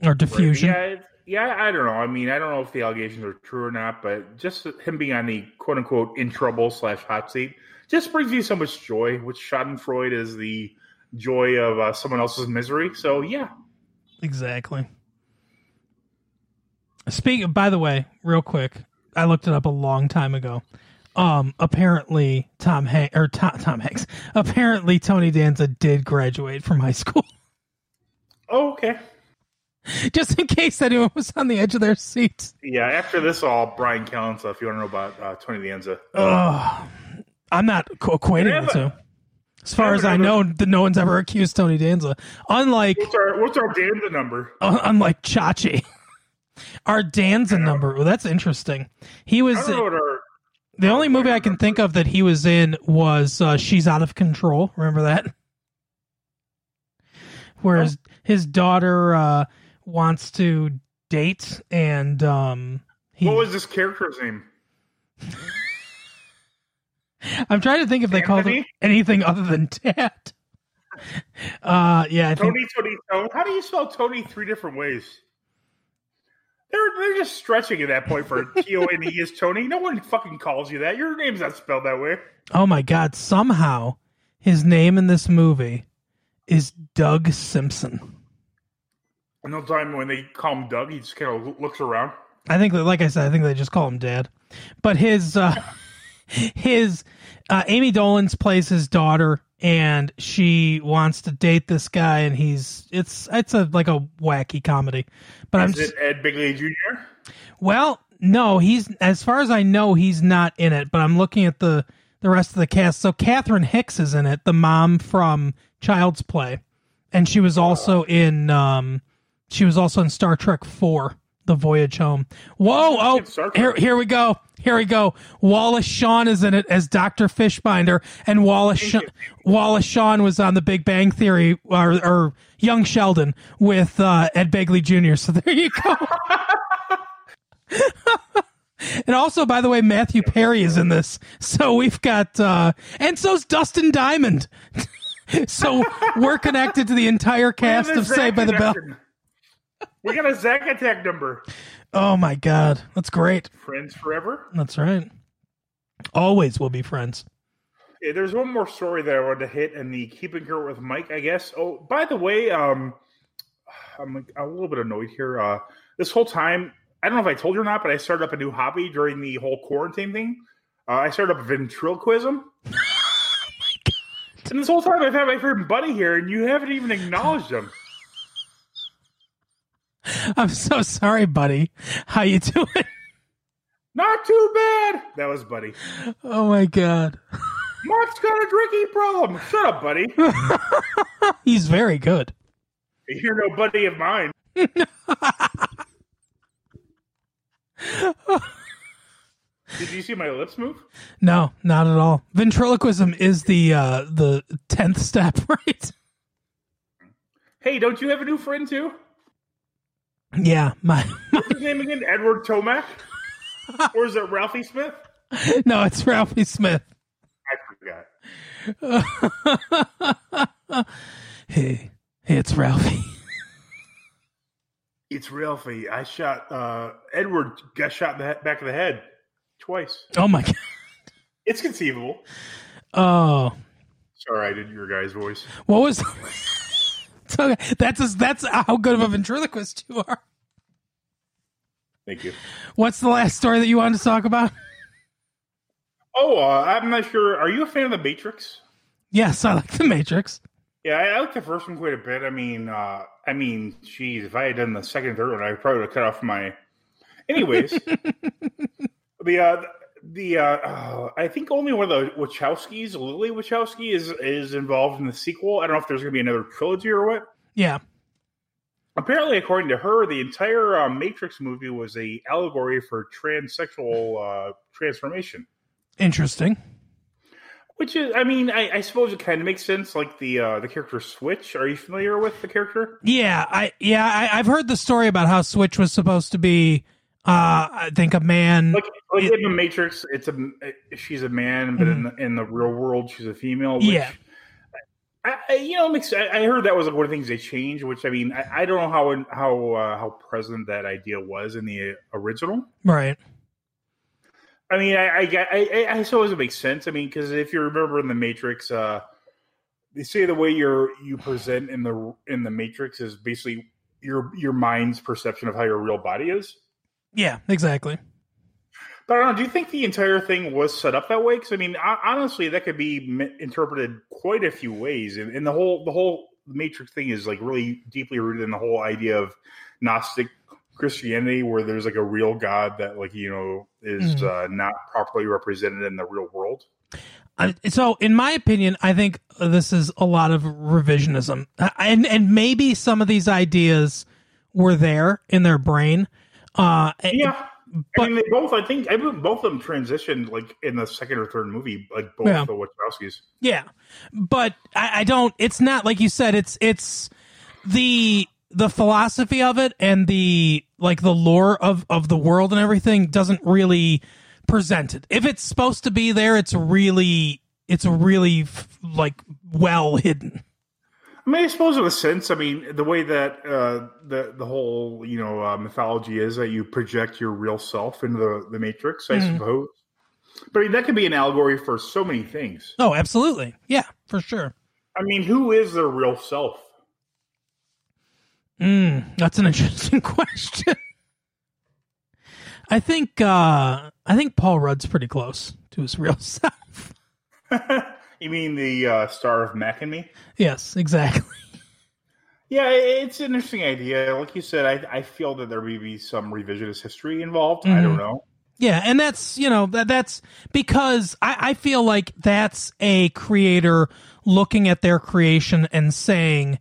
or diffusion? Yeah, it- yeah, I don't know. I mean, I don't know if the allegations are true or not, but just him being on the quote unquote in trouble slash hot seat just brings you so much joy, which Schadenfreude is the joy of uh, someone else's misery. So, yeah. Exactly. Speaking. By the way, real quick, I looked it up a long time ago. Um, apparently Tom Hanks or Tom, Tom Hanks. Apparently Tony Danza did graduate from high school. Oh, okay. Just in case anyone was on the edge of their seats. Yeah, after this, all Brian Callen stuff, you want to know about uh, Tony Danza. Ugh. I'm not qu- equating the Never. two. As far as I Never. know, th- no one's ever accused Tony Danza. Unlike What's our, what's our Danza number? un- unlike Chachi, our Danza number. Well, that's interesting. He was I don't know what our. the only movie I can think of that he was in was uh, She's Out of Control. Remember that? Where his, his daughter uh, wants to date and um, he. What was this character's name? I'm trying to think if they called it Anthony? anything other than Tat. Uh, yeah, I think Tony, Tony, Tony. How do you spell Tony three different ways? They're they're just stretching at that point for T O N E is Tony. No one fucking calls you that. Your name's not spelled that way. Oh my God! Somehow, his name in this movie is Doug Simpson. And no time when they call him Doug, he just kind of looks around. I think, that- like I said, I think they just call him Dad. But his uh, his uh, Amy Dolan's plays his daughter, and she wants to date this guy, and he's it's it's a like a wacky comedy. But I'm Is just, it Ed Bigley Jr.? well, no, he's as far as I know, he's not in it. But I'm looking at the the rest of the cast. So Catherine Hicks is in it, the mom from Child's Play, and she was also in um, she was also in Star Trek Four, the voyage home. Whoa! Oh, sarcasm. here, here we go. Here we go. Wallace Shawn is in it as Doctor Fishbinder, and Wallace Sha- Wallace Shawn was on The Big Bang Theory or, or Young Sheldon with uh, Ed Begley Jr. So there you go. And also, by the way, Matthew Perry is in this. So we've got, uh, and so's Dustin Diamond. so we're connected to the entire cast of Saved by the Bell. We got a Zack Attack number. Oh my God. That's great. Friends forever. That's right. Always will be friends. Yeah, there's one more story that I wanted to hit in the keeping her with Mike, I guess. Oh, by the way, um, I'm like, a little bit annoyed here. Uh, this whole time, I don't know if I told you or not, but I started up a new hobby during the whole quarantine thing. Uh, I started up ventriloquism. And this whole time I've had my friend Buddy here, and you haven't even acknowledged him. I'm so sorry, buddy. How you doing? Not too bad. That was Buddy. Oh my God. Mark's got a drinking problem. Shut up, Buddy. He's very good. You're no buddy of mine. Did you see my lips move? No, not at all. Ventriloquism is the, uh, the 10th step, right? Hey, don't you have a new friend too? Yeah. My, my, What's his name again? Edward Tomac? or is it Ralphie Smith? no, it's Ralphie Smith. I forgot. Hey, it's Ralphie. It's Ralphie. I shot uh, Edward got shot in the he- back of the head twice. Oh my god. It's conceivable. Oh, Sorry, I did your guy's voice. what was? It's okay. That's as, that's how good of a ventriloquist you are. Thank you. What's the last story that you wanted to talk about? Oh, uh, I'm not sure. Are you a fan of the Matrix? Yes, I like the Matrix. Yeah, I, I like the first one quite a bit. I mean, uh, I mean, geez, if I had done the second, third one, I probably would have cut off my. Anyways, the uh, the uh, uh, I think only one of the Wachowskis, Lily Wachowski, is is involved in the sequel. I don't know if there's going to be another trilogy or what. Yeah. Apparently, according to her, the entire uh, Matrix movie was a allegory for transsexual uh, transformation. Interesting. Which is, I mean, I, I suppose it kind of makes sense. Like the uh, the character Switch. Are you familiar with the character? Yeah, I yeah, I, I've heard the story about how Switch was supposed to be uh I think a man Like, like in the Matrix, it's a she's a man, but in the, in the real world, she's a female. Which, Yeah. I, I, you know, it makes. I, I heard that was like one of the things they changed. Which I mean, I, I don't know how how uh, how present that idea was in the original. right. I mean, I I, I, I, I suppose it makes sense. I mean, because if you remember in the Matrix, uh, they say the way you're you present in the in the Matrix is basically your your mind's perception of how your real body is. Yeah, exactly. But I don't know. Do you think the entire thing was set up that way? Because I mean, ho- honestly, that could be m- interpreted quite a few ways, and, and the whole the whole Matrix thing is like really deeply rooted in the whole idea of Gnostic Christianity, where there's like a real God that like you know is Mm. uh, not properly represented in the real world. I- so in my opinion i think this is a lot of revisionism Uh, and and maybe some of these ideas were there in their brain uh Yeah. I but- mean, they both. I think I mean, both of them transitioned like in the second or third movie, like both Yeah. the Wachowskis. yeah but I, I don't it's not like you said it's it's the the philosophy of it and the like the lore of of the world and everything doesn't really present it if it's supposed to be there it's really it's really f- like well hidden I mean, I suppose in a sense. I mean, the way that uh, the the whole you know uh, mythology is that you project your real self into the, the matrix. I Mm-hmm. suppose, but I mean, that could be an allegory for so many things. oh absolutely yeah for sure I mean, who is their real self? That's an interesting question. I think uh, I think Paul Rudd's pretty close to his real self. You mean the uh, star of Mac and me? Yes, exactly. Yeah, i- it's an interesting idea. Like you said, I, I feel that there may be some revisionist history involved. I Mm-hmm. don't know. Yeah, and that's you know that that's because I, I feel like that's a creator looking at their creation and saying,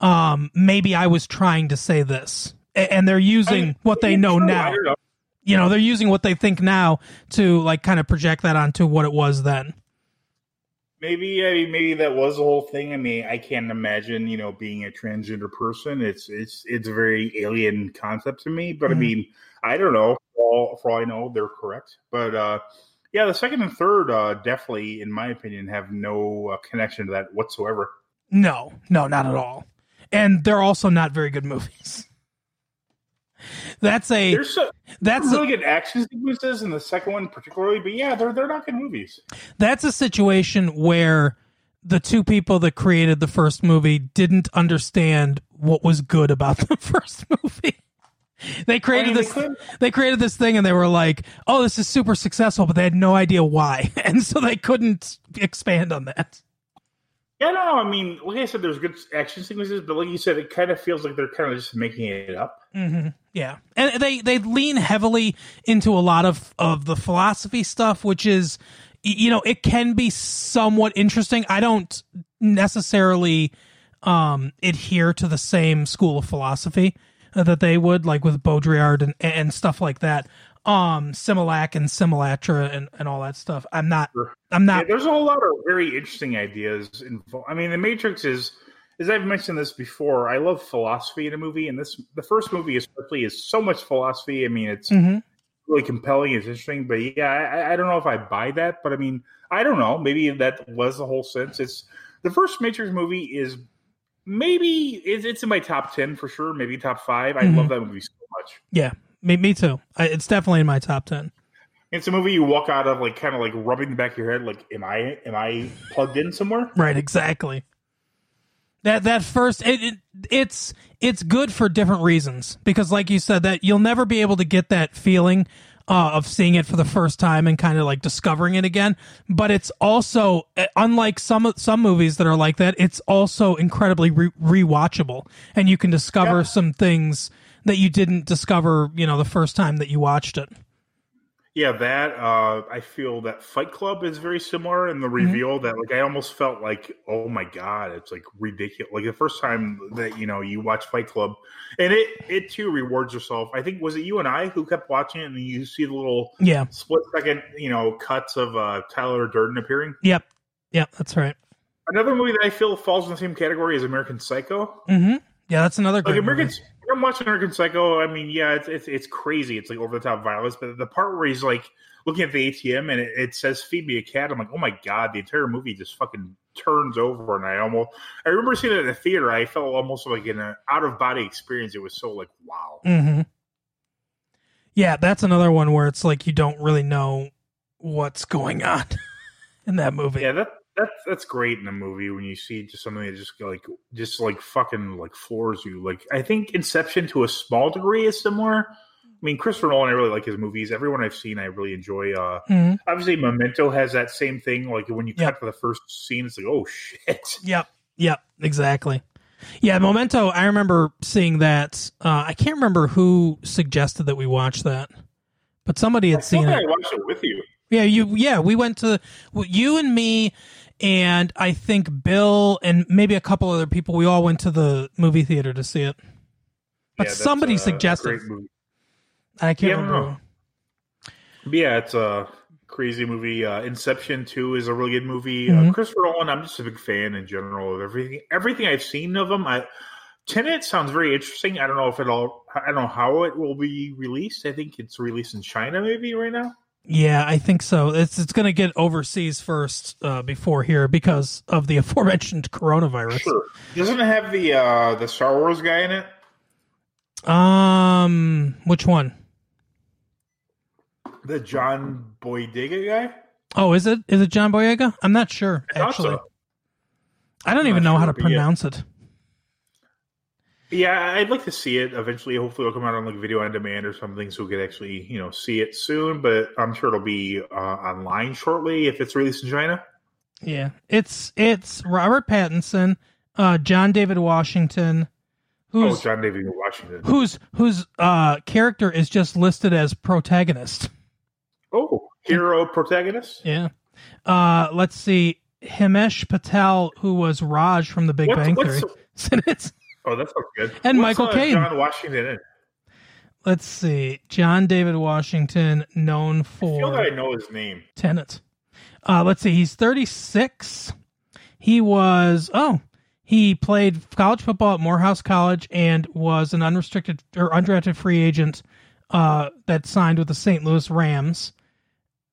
um, maybe I was trying to say this. A- and they're using mean, what they it's know true. I now. don't know. You know, they're using what they think now to like kind of project that onto what it was then. Maybe I mean, maybe that was the whole thing. I mean, I can't imagine you know being a transgender person. It's it's it's a very alien concept to me. But Mhm. I mean, I don't know. For all, for all I know, they're correct. But uh, yeah, the second and third uh, definitely, in my opinion, have no uh, connection to that whatsoever. No, no, not at all. And they're also not very good movies. That's a There's so, that's a, really good action sequences in the second one, particularly. But yeah, they're they're not good movies. that's a situation where the two people that created the first movie didn't understand what was good about the first movie. They created I mean, they this couldn't- they created this thing and they were like, "Oh, this is super successful," but they had no idea why. And so they couldn't expand on that. Yeah, no, I mean, like I said, there's good action sequences, but like you said, it kind of feels like they're kind of just making it up. hmm Yeah, and they they lean heavily into a lot of of the philosophy stuff, which is y- you know it can be somewhat interesting. I don't necessarily um adhere to the same school of philosophy uh, that they would, like with Baudrillard and and stuff like that. Um, Similac and Similatra and and all that stuff. I'm not. Sure. I'm Yeah, not. there's a whole lot of very interesting ideas involved. I mean, The Matrix is, as I've mentioned this before, I love philosophy in a movie, and this the first movie especially is so much philosophy. I mean, it's Mhm. really compelling, it's interesting, but yeah, I, I don't know if I buy that, but I mean, I don't know. Maybe that was the whole sense. It's the first Matrix movie is maybe it's, it's in my top ten for sure, maybe top five. I Mhm. love that movie so much. Yeah, me, me too. I, it's definitely in my top ten. It's a movie you walk out of like kind of like rubbing the back of your head, like, am I am I plugged in somewhere? Right, exactly. That that first it, it it's it's good for different reasons because like you said that you'll never be able to get that feeling uh, of seeing it for the first time and kind of like discovering it again. But it's also uh, unlike some some movies that are like that. It's also incredibly re- rewatchable, and you can discover Yeah. some things that you didn't discover, you know, the first time that you watched it. Yeah, that uh I feel that Fight Club is very similar in the reveal that like I almost felt like, oh my god, it's like ridiculous. Like the first time that you know you watch Fight Club and it it too rewards yourself. I think was it you and I who kept watching it and you see the little Yeah. split second, you know, cuts of uh Tyler Durden appearing. Yep. Yep. That's right. Another movie that I feel falls in the same category as American Psycho. Mm-hmm. Yeah. That's another like great. movie. American. when I'm watching American Psycho. I mean, yeah, it's it's, it's crazy. It's like over the top violence, but the part where he's like looking at the ATM and it, it says "Feed me a cat," I'm like, oh my god, the entire movie just fucking turns over, and I almost I remember seeing it in the theater. I felt almost like in an out of body experience. It was so like wow. Mm-hmm. Yeah, that's another one where it's like you don't really know what's going on in that movie. Yeah, that that's that's great in a movie when you see just something that just like just like fucking like floors you. Like I think Inception to a small degree is similar. I mean, Christopher Nolan, I really like his movies. Everyone I've seen, I really enjoy. Uh, Mhm. Obviously, Memento has that same thing. Like when you cut to the first scene, it's like, oh shit. Yep. Yep. Exactly. Yeah, Memento. I remember seeing that. Uh, I can't remember who suggested that we watch that, but somebody had I seen think it. I watched it with you. Yeah, you. Yeah, we went to well, you and me, and I think Bill and maybe a couple other people. We all went to the movie theater to see it. But that's, somebody uh, a suggested. great movie. I can't Yeah, I don't remember. know. But yeah, it's a crazy movie. Uh, Inception Two is a really good movie. Mhm. Uh, Christopher Nolan, I'm just a big fan in general of everything. Everything I've seen of him, I Tenet sounds very interesting. I don't know if it all. I don't know how it will be released. I think it's released in China maybe right now. Yeah, I think so. It's it's going to get overseas first uh, before here because of the aforementioned coronavirus. Sure. Doesn't it have the uh, the Star Wars guy in it? Um, which one? The John Boyega guy? Oh, is it is it John Boyega? I'm not sure I thought actually. so. I don't I'm even not know how sure, to but yeah. pronounce it. Yeah, I'd like to see it eventually. Hopefully, it'll come out on like video on demand or something, so we could actually you know see it soon. But I'm sure it'll be uh, online shortly if it's released in China. Yeah, it's it's Robert Pattinson, uh, John David Washington, Oh, who's John David Washington. whose whose uh, character is just listed as protagonist. Oh, Hmm. hero protagonist. Yeah. Uh, let's see, Himesh Patel, who was Raj from The Big What's- Bang what's- Theory. And it's- Oh, that sounds good. And Michael uh, Caine. John Washington. In? Let's see. John David Washington, known I feel that I for know his name. Tenet. Uh, let's see. He's 36. He was, oh, he played college football at Morehouse College and was an unrestricted or undrafted free agent uh, that signed with the St. Louis Rams.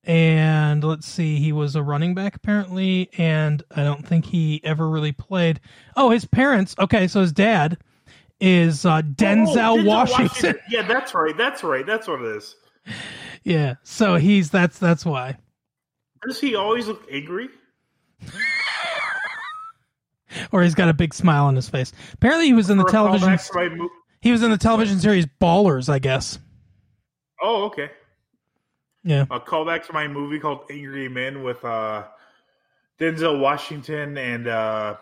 And let's see, he was a running back apparently, and I don't think he ever really played. Oh, his parents. Okay, so his dad is uh, Denzel Washington. Oh, Yeah, that's right. That's right. That's what it is. Yeah, so he's that's that's why. Does he always look angry? Or he's got a big smile on his face. Apparently, he was in the For a television. callback to my mo- He was in the television series Ballers, I guess. Oh, okay. Yeah, A callback to my movie called Angry Men with uh, Denzel Washington and uh,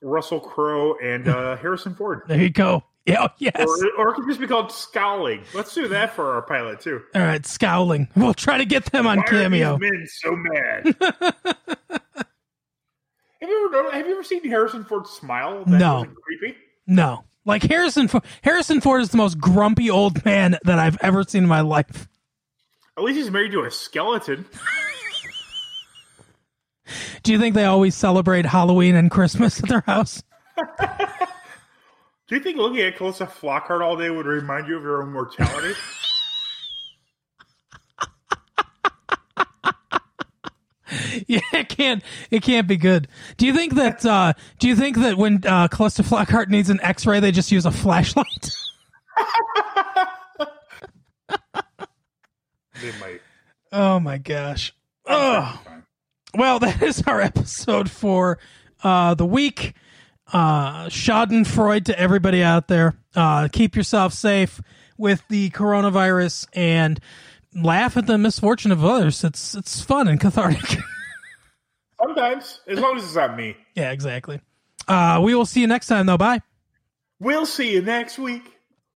Russell Crowe and uh, Harrison Ford. there you go. Yeah, oh, yes. Or, or it could just be called Scowling. Let's do that for our pilot, too. All right, scowling. We'll try to get them on Why are cameo. these men so mad. have you ever have you ever seen Harrison Ford smile? That No. wasn't creepy. No, like Harrison. Fo- Harrison Ford is the most grumpy old man that I've ever seen in my life. At least he's married to a skeleton. Do you think they always celebrate Halloween and Christmas at their house? Do you think looking at Calista Flockhart all day would remind you of your own mortality? Yeah, it can't. It can't be good. Do you think that? Uh, do you think that when uh, Calista Flockhart needs an X-ray, they just use a flashlight? they might. Oh my gosh. Oh. Well, that is our episode for uh, the week. Uh, Schadenfreude to everybody out there. Uh, keep yourself safe with the coronavirus and laugh at the misfortune of others. It's it's fun and cathartic. Sometimes, as long as it's not me. yeah, exactly. Uh, we will see you next time, though. Bye. We'll see you next week.